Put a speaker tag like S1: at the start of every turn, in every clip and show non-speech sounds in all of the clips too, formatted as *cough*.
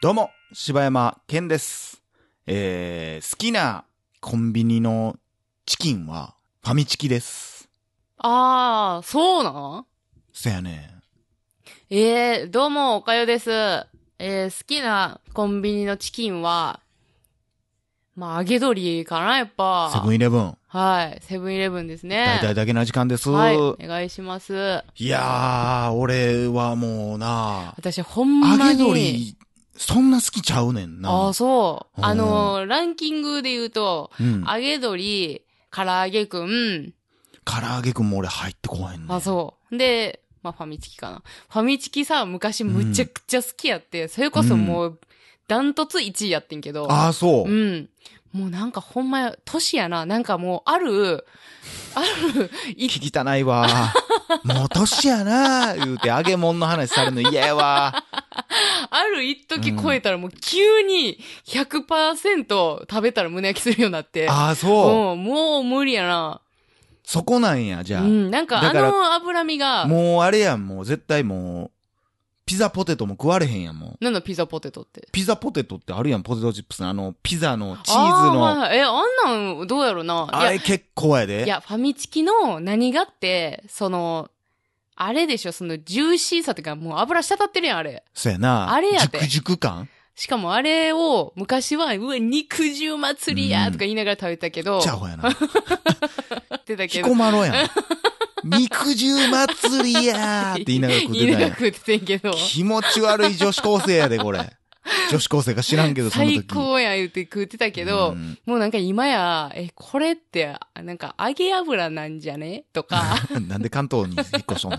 S1: どうも、柴山健です。えー、好きなコンビニのチキンはファミチキです。
S2: ああ、そうなん
S1: そやね。
S2: ええどうも、おかよです。えー、好きなコンビニのチキンは、まあ、揚げ鶏かな、やっぱ。
S1: セブンイレブン、
S2: はい、セブンイレブンですね
S1: 大。体だけな時間です。
S2: はい、お願いします。
S1: い、やー、俺はもうな、
S2: 私、ほん
S1: 揚
S2: ま
S1: げ
S2: に。
S1: 鶏、そんな好きちゃうねんな。
S2: ああ、そう。
S1: うん
S2: あのー、ランキングで言うと、
S1: うん。
S2: 揚げ鶏、唐揚げくん、
S1: 唐揚げくんも俺入ってこへんねん。
S2: あ、そう。で、まあ、ファミチキかな。ファミチキさ、昔むちゃくちゃ好きやって、それこそもう、ダントツ1位やってんけど。
S1: あーそう。
S2: うん。もうなんかほんまや、年やな。なんかもう、ある、ある、い
S1: 聞きたない
S2: *laughs*
S1: わ。もう年やな、言うて揚げ物の話されるの嫌や
S2: *laughs*
S1: わ。
S2: ある一時超えたらもう急に100%食べたら胸焼きするようになって。
S1: ああ、そう。
S2: うん、もう無理やな。
S1: そこなんや、じ
S2: う
S1: ゃあ。
S2: ん、なんか
S1: だ
S2: あ
S1: から
S2: の脂身が、
S1: もうあれやん、もう絶対もう、ピザポテトも食われへんやん、もう。
S2: なんだピザポテトって。
S1: ピザポテトってあるやん、ポテトチップスのあの、ピザのチーズ
S2: あはい
S1: の。あ,、
S2: はいえ、あんなんどうやろな。いや、
S1: れ結構やで。
S2: いや、ファミチキの何がって、その、あれでしょ、そのジューシーさとか、もう油滴ってるやん、あれ。
S1: そうやな。
S2: あれやで
S1: 熟熟感
S2: しかもあれを昔は、うわ、肉汁祭りや
S1: うん
S2: とか言いながら食べたけど、
S1: ちゃほや
S2: *laughs*
S1: な。
S2: やってたけ
S1: 彦
S2: ど。
S1: 摩呂
S2: *laughs*
S1: やん。肉汁祭りやーって言いながら食って
S2: 言い
S1: たん
S2: ながら
S1: や。
S2: 食っててんけど。
S1: 気持ち悪い女子高生やで、こ
S2: *laughs*
S1: れ。女子高生か知らんけど、その時。
S2: 最高や言うて食ってたけど、
S1: うん
S2: もうなんか今や、え、これって、なんか揚げ油なんじゃね
S1: *laughs*
S2: とか、
S1: なんで関東に引っ越しとんの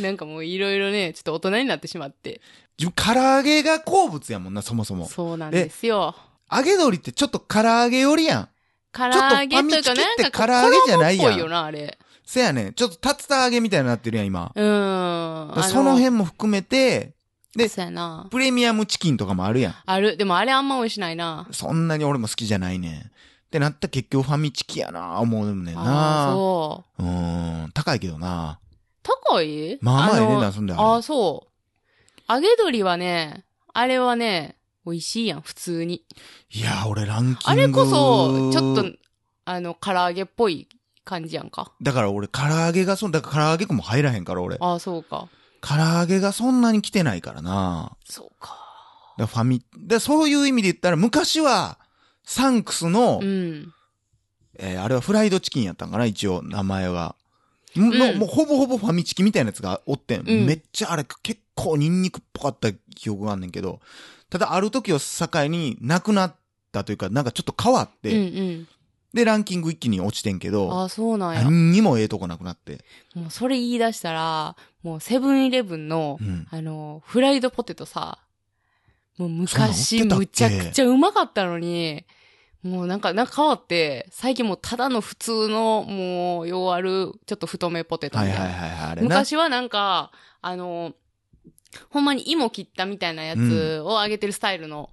S2: なんかもういろいろね、ちょっと大人になってしまって。
S1: 自分、唐揚げが好物やもんな、そもそも。
S2: そうなんですよ。
S1: 揚げ鶏ってちょっと唐揚げ寄りやん。
S2: 唐
S1: ちょっと
S2: 揚げ
S1: ファ
S2: というか、
S1: ミチキ
S2: なん
S1: って
S2: かこう、
S1: 唐揚げじゃないやん
S2: 衣っぽいよな、あれ。
S1: せやねん。ちょっと竜田揚げみたいになってるやん、今。
S2: うーん。あ
S1: その辺も含めて、で
S2: そうやな。
S1: プレミアムチキンとかもあるやん。
S2: ある。でもあれあんま美味しないな。
S1: そんなに俺も好きじゃないねん。ってなったら結局ファミチキやな思うねん
S2: ああー、
S1: な
S2: そう。
S1: うーん、高いけどな
S2: 高い
S1: まあまあええねん
S2: の
S1: な、そんであれ
S2: ああ、そう。揚げ鶏はね、あれはね、美味しいやん、普通に。
S1: いや、俺ランキング。
S2: あれこそ、ちょっと、あの、唐揚げっぽい感じやんか。
S1: だから俺、唐揚げがそん、だから唐揚げくも入らへんから俺。唐
S2: ああ、そうか。
S1: 揚げがそんなに来てないからな
S2: そうか。
S1: だからファミ、で、そういう意味で言ったら、昔は、サンクスの、
S2: うん。
S1: えーあれはフライドチキンやったんかな、一応、名前は。の、
S2: うん
S1: もうほぼほぼファミチキみたいなやつがおってん。
S2: うん
S1: めっちゃあれ、結構ニンニクっぽかった記憶があんねんけど、ただある時を境になくなったというか、なんかちょっと変わっ
S2: うん
S1: て、
S2: うん。
S1: で、ランキング一気に落ちてんけ
S2: あ
S1: ど、
S2: あ、そうなんや。
S1: 何にもええとこなくなって。
S2: もうそれ言い出したら、もうセブンイレブンの
S1: う、ん。
S2: あの、フライドポテトさ、もう昔
S1: そんなん売っ
S2: む
S1: てた
S2: ち
S1: っ
S2: ゃ
S1: け
S2: くちゃうまかったのに、もうなんか、なんか変わって、最近もうただの普通の、もう、ようある、ちょっと太めポテトみ
S1: はい
S2: た
S1: は
S2: い
S1: い
S2: な。
S1: はいはい、あれな。
S2: 昔はなんか、あの、ほんまに芋切ったみたいなやつを揚げてるスタイルの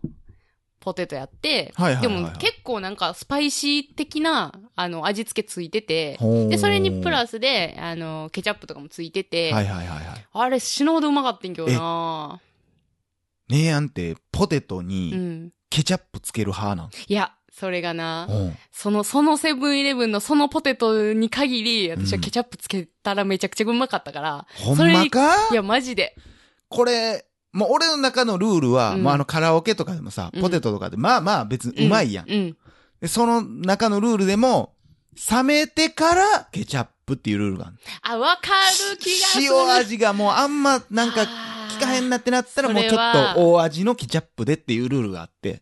S2: ポテトやって、
S1: はいはい
S2: で
S1: はいはい
S2: も結構なんかスパイシー的な、あの、味付けついてて、
S1: ほー
S2: で、それにプラスで、あの、ケチャップとかもついてて、
S1: はいはいはいはい。
S2: あれ死ぬほどうまかったんけどな
S1: ねえやんって、ポテト
S2: う
S1: に
S2: ん。
S1: ケチャップつける派なん。
S2: いや、それがな、
S1: うん。
S2: その、そのセブンイレブンのそのポテトに限り、私はケチャップつけたらめちゃくちゃうまかったから、
S1: ほん
S2: それ
S1: まか
S2: いや、マジで。
S1: これ、もう俺の中のルールは、
S2: うん
S1: まああのカラオケとかでもさ
S2: う、ん
S1: ポテトとかで、まあまあ別にうまいやん。
S2: うん。
S1: で、その中のルールでも、冷めてからケチャップっていうルールがある。
S2: あ、わかる気がする。
S1: 塩味がもうあんまなんか
S2: あー
S1: 効かへんなってなったらもうちょ
S2: それ
S1: っ
S2: は
S1: と大味のケチャップでっていうルールがあって、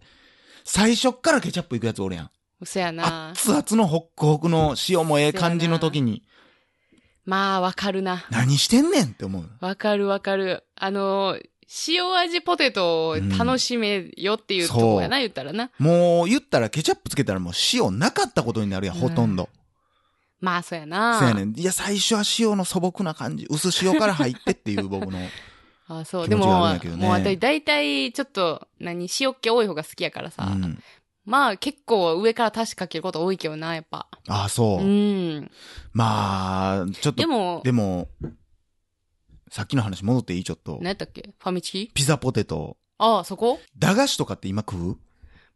S1: 最初っからケチャップいくやつおるやん。
S2: 嘘やな。
S1: 熱々のホックホクの塩もええ感じの時に、
S2: まあ、わかるな。
S1: 何してんねんって思う。
S2: わかるわかる。あの、塩味ポテトを楽しめよっていうとこやな、言ったらな。
S1: もう言ったらケチャップつけたらもう塩なかったことになるやん、
S2: うん
S1: ほとんど。
S2: まあ、そうやな。
S1: そうやねん。いや、最初は塩の素朴な感じ。薄塩から入ってっていう僕の。
S2: *laughs* あ、そう。
S1: 気
S2: で
S1: 持ち
S2: も、
S1: があるん
S2: も
S1: やけどね
S2: う私大体、ちょっと、何、塩っ気多い方が好きやから
S1: う
S2: さ。
S1: ん。
S2: まあ、結構上から足しかけること多いけどな、やっぱ。
S1: ああ、そうう。
S2: ん。
S1: まあ、ちょっと。
S2: でも、
S1: でも、さっきの話戻っていいちょっと。
S2: 何やったっけファミチキ
S1: ピザポテト。
S2: ああ、そこ
S1: 駄菓子とかって今食う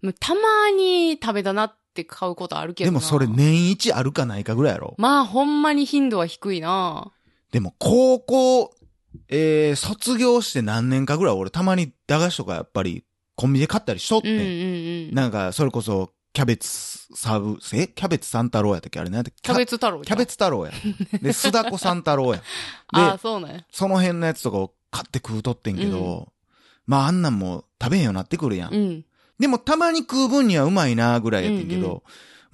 S2: もうたまに食べたなって買うことあるけど
S1: で
S2: な
S1: もそれ。年一あるかないかぐらいやろ。
S2: まあ、ほんまに頻度は低いな。
S1: でも高校、えー、卒業して何年かぐらい俺たまに駄菓子とかやっぱりコンビニで買ったりしとっ
S2: う
S1: て。
S2: んうんんうん。
S1: なんか、それこそ、キャベツサブ、えキャベツ三太郎やったっけあれなんやったっけ
S2: キャベツ太郎
S1: キャベ
S2: ツ。
S1: ツ太郎や。で、須田子三太郎や。
S2: ああ、
S1: で、
S2: そうね。
S1: その辺のやつとかを買って食うとってんけど、まああんなんもう食べへんようになってくるやん。
S2: うん。
S1: でもたまに食う分にはうまいなぐらいやってんけど、
S2: うんうん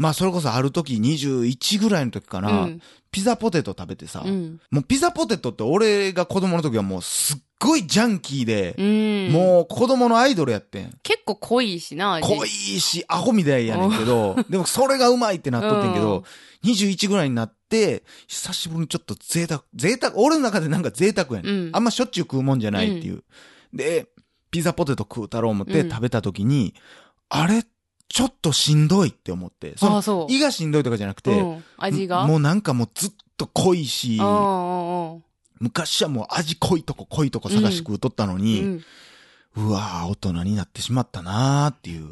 S1: まあそれこそある時21ぐらいの時か
S2: う
S1: な、
S2: ん。
S1: ピザポテト食べてさ、
S2: うん。
S1: もうピザポテトって俺が子供の時はもうすっごいジャンキーで、
S2: うん。
S1: もう子供のアイドルやってん。
S2: 結構濃いしな、味。
S1: 濃いし、アホみたいやねんけど、 *laughs* でもそれがうまいってなっとってんけど、21ぐらいになって、久しぶりにちょっと贅沢、贅沢、俺の中でなんか贅沢やねん。
S2: うん
S1: あんましょっちゅう食うもんじゃないっていう。で、ピザポテト食うたろう思って
S2: うん
S1: 食べた時に、あれ、ちょっとしんどいって思って。そ
S2: あ
S1: の
S2: あ、そう。
S1: 胃がしんどいとかじゃなく
S2: う
S1: て、
S2: ん、味が
S1: もうなんかもうずっと濃いし
S2: うん、うんうん
S1: 昔はもう味濃いとこ濃いとこ探して食うとったの
S2: う
S1: に、
S2: ん。
S1: うわぁ、大人になってしまったなーっていう。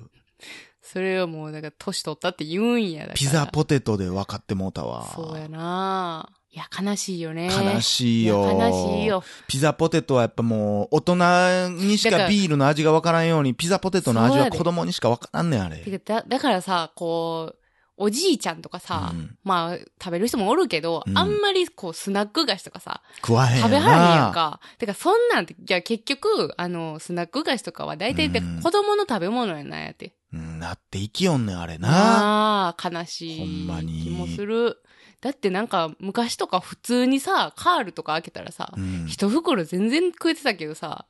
S2: それをもう、だから、年取ったって言うんやだから。
S1: ピザポテトで分かってもうたわ。
S2: そうやないや、悲しいよね。
S1: 悲しい
S2: いや
S1: よ。
S2: 悲しい。よ。
S1: ピザポテトはやっぱもう、大人にし
S2: だか
S1: からビールの味が分からんように、ピザポテトの味
S2: そう
S1: は
S2: やで
S1: 子供にしか分からんねん、あれ。
S2: てかだ、だからさ、こう、おじいちゃんとかさ、
S1: うん
S2: まあ、食べる人もおるけど、
S1: うん
S2: あんまり、こう、スナック菓子とかさ、
S1: 食わへんよ
S2: 食
S1: な。
S2: べはらへんやんか。てか、そんなんて、じゃあ結局、あの、スナック菓子とかは大体、
S1: うん
S2: 子供の食べ物やなんやって。
S1: うん。なって生きよんねん、あれな。
S2: なあ、悲し
S1: ほんまに
S2: い気もする。だってなんか、昔とか普通にさ、カールとか開けたらさ
S1: う、ん。
S2: 一袋全然食えてたけどさ、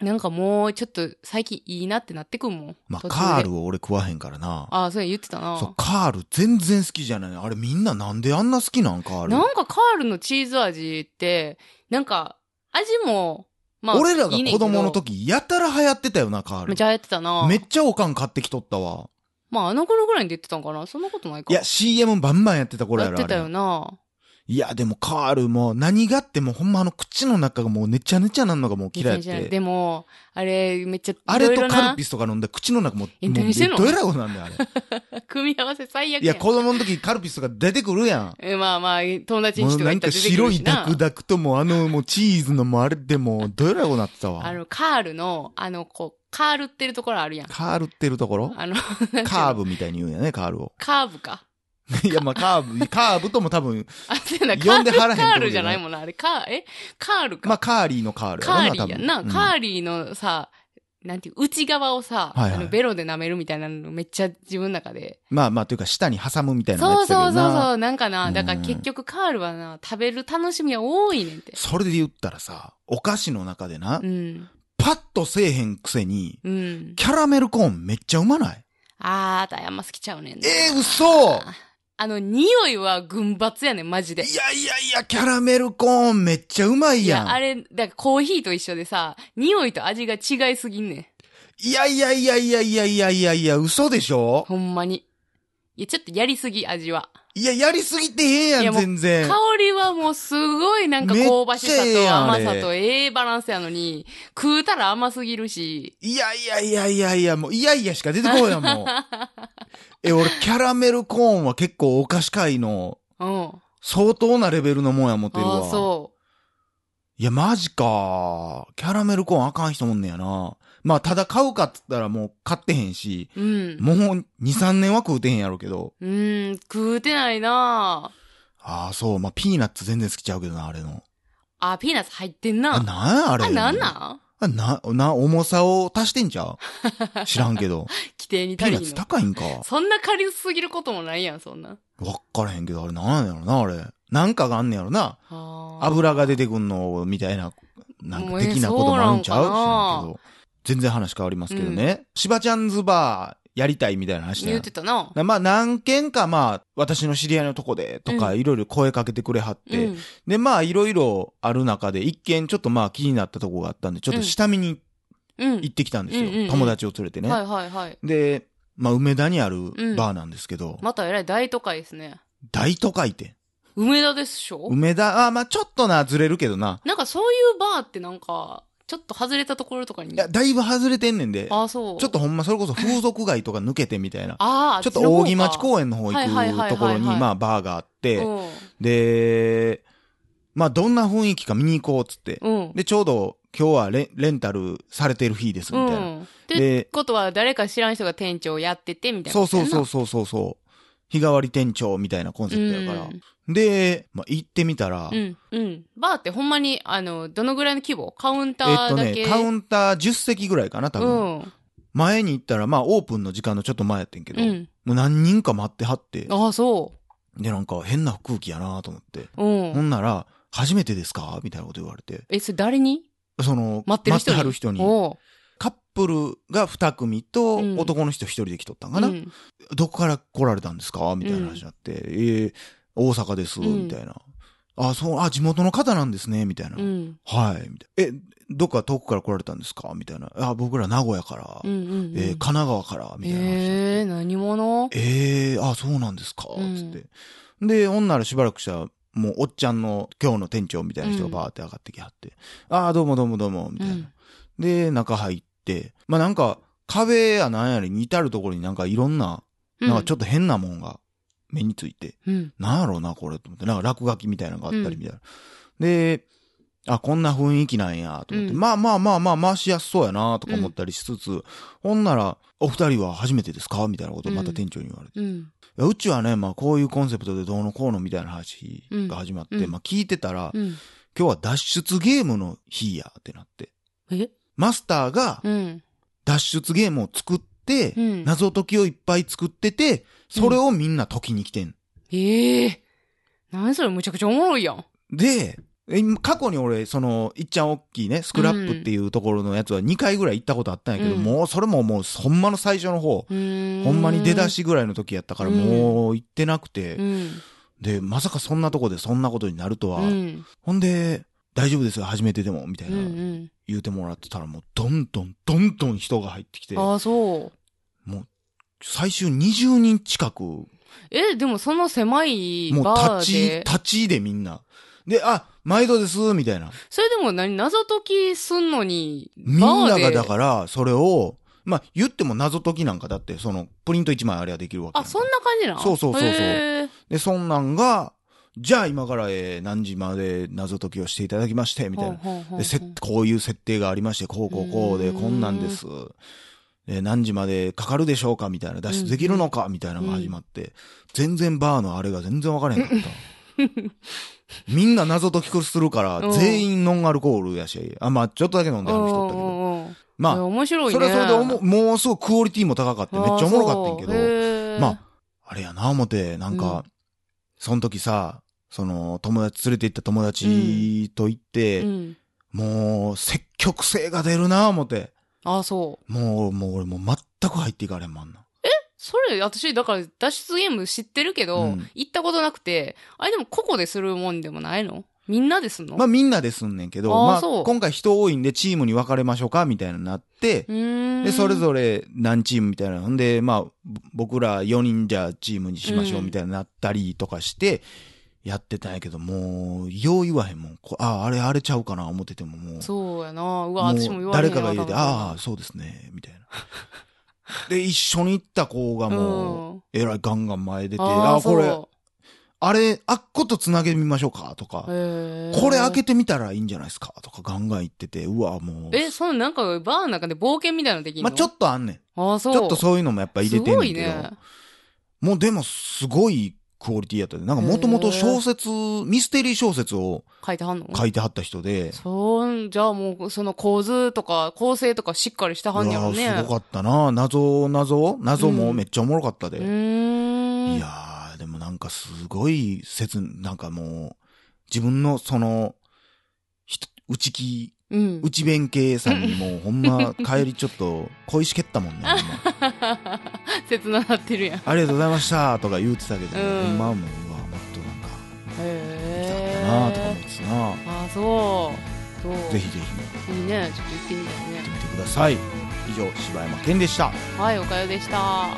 S2: なんかもうちょっと最近いいなってなってくんもん。
S1: まあ、
S2: 途中で
S1: カールを俺食わへんからな。
S2: ああ、そうや言ってたな。
S1: そう、カール全然好きじゃない。あれみんななんであんな好きなんカール。
S2: なんかカールのチーズ味って、なんか、味も、まあ、
S1: 俺らが
S2: いいねん
S1: 子
S2: けど
S1: 供の。時、やたら流行ってたよな、カー
S2: めっ
S1: ル
S2: ち。ゃやってたな。
S1: めっちゃおかん買ってきとったわ。
S2: まあ、あの頃ぐらいに出てたんかなそんなことないか。
S1: いや、CM バンバンやってた頃や
S2: や
S1: ろ、
S2: っ
S1: あれ
S2: てたよな。
S1: いや、でもカールも何があってもほんまあの口の中がもうねちゃねちゃなんのがもう嫌いやっ
S2: 2000
S1: て。
S2: でも、あれ、めっちゃ、
S1: あれとカルピ
S2: ス。
S1: スとか飲んで口の中もう、
S2: え
S1: もう
S2: 何してんの
S1: どえらいことなんだ
S2: *laughs*
S1: よ、あれ。
S2: 組み合わせ最悪
S1: い
S2: や
S1: や、
S2: ん。
S1: 子供の時カルピスとか出てくるや
S2: えまあまあ、友
S1: ん。
S2: 達に
S1: も
S2: し
S1: う
S2: ては
S1: なん
S2: 言った
S1: から
S2: 出てく
S1: 白
S2: る
S1: い
S2: し
S1: ダ
S2: な
S1: クダクともうあのもうチーズのもうあれでもうどえらいことなってた
S2: あ
S1: わ。
S2: の、カールの、あの、こう、カールってるところあるやん。
S1: カールってるところ
S2: あの、なんていうの
S1: カー。ブみたいに言うんやね、カールを。
S2: カーブか。
S1: *laughs* いや、まあカーブ、カーブとも多分、
S2: あ、そうやな、カ
S1: 呼んで
S2: ー
S1: はらへん
S2: ル、
S1: とこ
S2: カ
S1: ろ
S2: ールじゃないもんな。あれ、カー、えカールか。
S1: まあカーリーのカール
S2: カ
S1: やろ
S2: ーリ
S1: な、多
S2: ーや
S1: 分。
S2: んな、
S1: うん
S2: カーリーのさ、なんていう、内側を
S1: は
S2: さ、
S1: いはい
S2: あのベロで舐めるみたいなのめっちゃ自分の中で。
S1: まあまあ、というか舌に挟むみたいなのや
S2: そ
S1: っ
S2: う
S1: てたけど
S2: そ
S1: な
S2: うそうそう、なんかな、
S1: うん
S2: だから結局カールはな、食べる楽しみが多いねんって。
S1: それで言ったらさ、お菓子の中でな、
S2: うん。
S1: パッとせえへんくせに、
S2: うん。
S1: キャラメルコーンめっちゃうまない
S2: あー、だやんま好きちゃうねんな。
S1: えー、嘘
S2: あの、匂いは群抜やねん、マジで。
S1: いやいやいや、キャラメルコーンめっちゃうまい
S2: い
S1: やん。
S2: や、あれ、だからコーヒーと一緒でさ、匂いと味が違いすぎんねん。
S1: いやいやいやいやいやいやいやいや、嘘でしょ
S2: ほんまに。いや、ちょっとやりすぎ、味は。
S1: いや、やりすぎてへん
S2: い
S1: や
S2: や
S1: ん、
S2: もう
S1: 全然。
S2: 香りはもうすごいなんか
S1: めっちゃ
S2: 香ばしさ
S1: ええ
S2: と
S1: やんあ
S2: 甘
S1: れ
S2: さとええバランスやのに、食うたら甘すぎるし、
S1: いやいやいやいやいや、もう、いやいやしか出てこうやん、
S2: *laughs*
S1: もう。え、俺、キャラメルコーンは結構お菓子界の
S2: うん。あ
S1: 相当なレベルのもんや思ってる
S2: あ
S1: わ。、
S2: そ
S1: いや、マジか。キャラメルコーンあかん人もんねやな。まあ、ただ買うかっつったらもう買ってへんし、
S2: う。うん。
S1: もう2、3年は食うてへんやろうけど。
S2: うん、食うてないなぁ
S1: ああ、そう。まあ、ピーナッツ全然好きちゃうけどな、あれの。
S2: あ、ピーナッツ入ってん
S1: あ、
S2: な。あ、
S1: なんやあれ。
S2: なんなん
S1: あな、な、重さを足してんちゃ
S2: *laughs*
S1: う知らんけど。
S2: 規定に
S1: ピー
S2: 足
S1: ナ
S2: り
S1: ッツ
S2: んの。
S1: 高いんか。
S2: そんな軽すぎることもないやん、そんな。
S1: わっからへんけど、あれなんやろな、あれ。なんかがあんねやろな。
S2: あー
S1: 油が出てくんの、みたいな、なん
S2: も
S1: か
S2: うえ
S1: 的なこともあるんちゃう
S2: そう
S1: 知
S2: なん
S1: らん
S2: かな
S1: けど。全然話変わりますけどね。しばちゃんズバーやりたいみたいな話だ
S2: 言
S1: よ
S2: うて。たな。
S1: まあ何件かまあ私の知り合いのとこでとか
S2: う
S1: いろいろ声かけてくれはっ
S2: う
S1: て、
S2: ん。
S1: でまあいろいろある中で一件ちょっとまあ気になったとこがあったんでちょっと下見に
S2: うん。
S1: 行ってきたんですよ、
S2: うんうんうん
S1: 友達を連れてね、
S2: はいはいはい。
S1: でまあ梅田にあるバーなんですけど、
S2: またえらい大都会ですね。
S1: 大都会店
S2: 梅田ですしょ
S1: 梅田、あ、まあちょっとな、ずれるけどな。
S2: なんかそういうバーってなんか、ちょっと外れたところとかに。
S1: いや、だいぶ外れてんねんで。
S2: ああ、そう。。
S1: ちょっとほんま、それこそ風俗街とか抜けてみたいな
S2: *laughs* ああ、
S1: ちょっと大木町
S2: 園
S1: 公園の方行
S2: はいはいはいはいは
S1: くと
S2: い
S1: ころに、まあバーがあって、
S2: うん。
S1: で、まあどんな雰囲気か見に行こうっつって。
S2: うん。
S1: で、ちょうど今日はレレンタルされてる日です、みたいな。
S2: うん。って
S1: で、
S2: ことは、誰か知らん人が店長やってて、みたいな。
S1: そうそうそうそうそうそう。日替わり店長みたいなコンセプトやから。で、まあ、行ってみたら、
S2: うん。うん。うん。バーってほんまに、あの、どのぐらいの規模カウンタ
S1: えっ
S2: ー
S1: と
S2: だけ、
S1: ね、カウンター10席ぐらいかな、多分。
S2: うん。
S1: 前に行ったら、まあ、オープンの時間のちょっと前やってんけど、
S2: うん。
S1: もう何人か待ってはって、
S2: ああ、そ
S1: で、なんか変な空気やなと思って。
S2: う。うん。
S1: ほんなら、初めてですかみたいなこと言われて、
S2: え、それ誰に
S1: その、
S2: 待ってる人に。
S1: はる人に、
S2: おう
S1: カップルが2組と、
S2: うん
S1: 男の人1人で来とったんかな、
S2: うん
S1: どこから来られたんですかみたいな話になって、えー大阪です、
S2: うん
S1: みたいな。あ、そう、あ、地元の方なんですね、みたいな。
S2: うん。
S1: はい、みたいな。え、どっか遠くから来られたんですかみたいな。あ、僕ら名古屋から、
S2: うんうんうん。
S1: えー神奈川から、みたいな話になって。
S2: えー、何者
S1: ええあ、そうなんですか、
S2: うん
S1: つって。で、女らしばらくしたら、もう、おっちゃんの、今日の店長みたいな人がバーって上がってきはって、ああ、どうもどうもどうも、みたいな。
S2: うん
S1: で、中入って、まあなんか、壁やなんやりに至るところになんかいろんな、なんかちょ
S2: ょっ
S1: っと変なもんが目について、
S2: と、うん。
S1: なんやろうな、これ、と思って、なんか落書きみたいなのがあったりみたいな。で、あ、こんな雰囲気なんや、と思って、
S2: うん
S1: まあまあまあまあ、回しやすそうやな、とか思ったりしつつ、ほんなら、お二人は初めてですかみたいなことをまた店長に言われて
S2: うん。
S1: いやうちはね、まあこういうコンセプトでどうのこうのみたいな話が始まって、
S2: うん
S1: まあ聞いてたら、
S2: うん。
S1: 今日は脱出ゲームの日やってなって。
S2: え
S1: マスターが
S2: うん。
S1: 脱出ゲームを作って、
S2: うん
S1: 謎解きをいっぱい作ってて、それをみんな解きに来てん。
S2: ええー。何それむちゃくちゃおもろいやん。
S1: で、え今過去に俺、その、いっちゃんおっきいね、スクラップっていうところのやつは2回ぐらい行ったことあったんやけど、
S2: うん
S1: もうそれももうほんまの最初の方、
S2: うーん。
S1: ほんまに出だ
S2: し。
S1: しぐらいの時やったからもう行ってなくて、
S2: うん。
S1: で、まさかそんなとこでそんなことになるとは、
S2: うん。
S1: ほんで、大丈夫ですよ、初めてでも、みたい
S2: うんう
S1: な、
S2: ん。
S1: 言うてもらってたら、もう、どんどん、どんどん人が入ってきて、
S2: ああ、そう。
S1: 最終20人近く、も
S2: え、でもその狭いうバ
S1: 立
S2: ー
S1: ち、
S2: で。
S1: 立ちでみんな。で、あ、毎度です、みたいな。
S2: それでも何謎解きすんのに、
S1: みんな
S2: バーで。
S1: がだから、それを、まあ、言っても謎解きなんかだって、その、プリント1枚あれはできるわけや
S2: あ、
S1: か
S2: そんな感じなん
S1: そうそうそうそう
S2: へー
S1: で、そんなんが、じゃあ今から、えー何時まで謎解きをしていただきまして、みたいな。
S2: ほうほうほうほう
S1: で、せ、こういう設定がありまして、こうこうこうで、
S2: うーん
S1: こんなんです。で何時までかかるでしょうかみたいな、脱出できるのかみたいなのが始まって、全然バーのあれが全然わからへんかった。みんな謎解きするから
S2: う、ん
S1: 全員ノンアルコールやし、あ、まあちょっとだけ飲んである人だったけ
S2: う
S1: ど。
S2: んうんうんいや
S1: ま
S2: 面白
S1: あ、
S2: いね。
S1: それはそれでおも、もうすごいクオリティも高かって、めっちゃおもろかったんやけど、
S2: ど
S1: まあ、あれやな思って、なん
S2: う
S1: か
S2: ん、
S1: その時さ、その友達、連れて行った友達と行って、
S2: うん。
S1: もう、積極性が出るなぁ思って。
S2: あ、そう。
S1: もう、もう俺もう全く入っていかれんもんな。
S2: それ、私、だから、脱出ゲーム知ってるけど、
S1: うん
S2: 行ったことなくて、あれでも個々でするもんでもないのみんなですんの
S1: まあみんなですんねんけど、
S2: あー
S1: まあ
S2: そう
S1: 今回人多いんでチームに分かれましょうかみたいなのになって、
S2: うーん。
S1: で、それぞれ何チームみたいな。ほんで、まあ、ぼ僕ら4人じゃあチームにしましょうみたいになったりとかして、やってたんやけど、もう、よう言わへんもん。こああ、あれ、あれちゃうかな思っててももう、
S2: そうやな。うわ、
S1: も
S2: 私も言
S1: う
S2: わ
S1: 誰
S2: れへん
S1: かが入れて、
S2: わ多分
S1: ああ、そうですね、みたいな。で、一緒に行った子がもう、
S2: うん。
S1: えらいガンガン前出て、
S2: あ
S1: あ
S2: あ、
S1: こ
S2: こ
S1: れ、
S2: れ。
S1: あれ、あっこと繋げてみましょうかとか、
S2: へー
S1: これ開けてみたらいいんじゃないですかとかガンガン言ってて、うわ、もう。
S2: え、そのなんか、バーの中で冒険みたいなのできんの
S1: まあ、ちょっとあんねん。
S2: ああ、そう。
S1: ちょっとそういうのもやっぱ入れてんねんけど。
S2: すごいね。
S1: もうでも、すごいクオリティやったで。なんかもともと小説、ミステリー小説を
S2: 書いてはんの
S1: 書いてはった人で、
S2: そう、じゃあもう、その構図とか、構成とかしっかりして
S1: う
S2: はんやろ
S1: わ
S2: ね。
S1: すごかったな。謎、謎謎もめっちゃおもろかったで。
S2: うーん。
S1: いやー、でもなんかすごい切、なんかもう、自分のその、ひと内気
S2: うん。 *laughs*
S1: 内弁慶さんにもうほんま帰りちょっと恋しけったもんね。ほん
S2: *laughs*
S1: ま
S2: 切ななってるやん。へ
S1: ありがとうございましたとか言うてたけど、
S2: うん
S1: 今はもう、うわ、もっとなんか、行きたかったなとか思っ
S2: え。
S1: てたな。
S2: あ、そう。そう。
S1: ぜひぜひ
S2: いいね。ちょっと行ってみたい
S1: 行っ
S2: ね
S1: て。みてください。以上、柴山健でした。
S2: はい、おかよでした。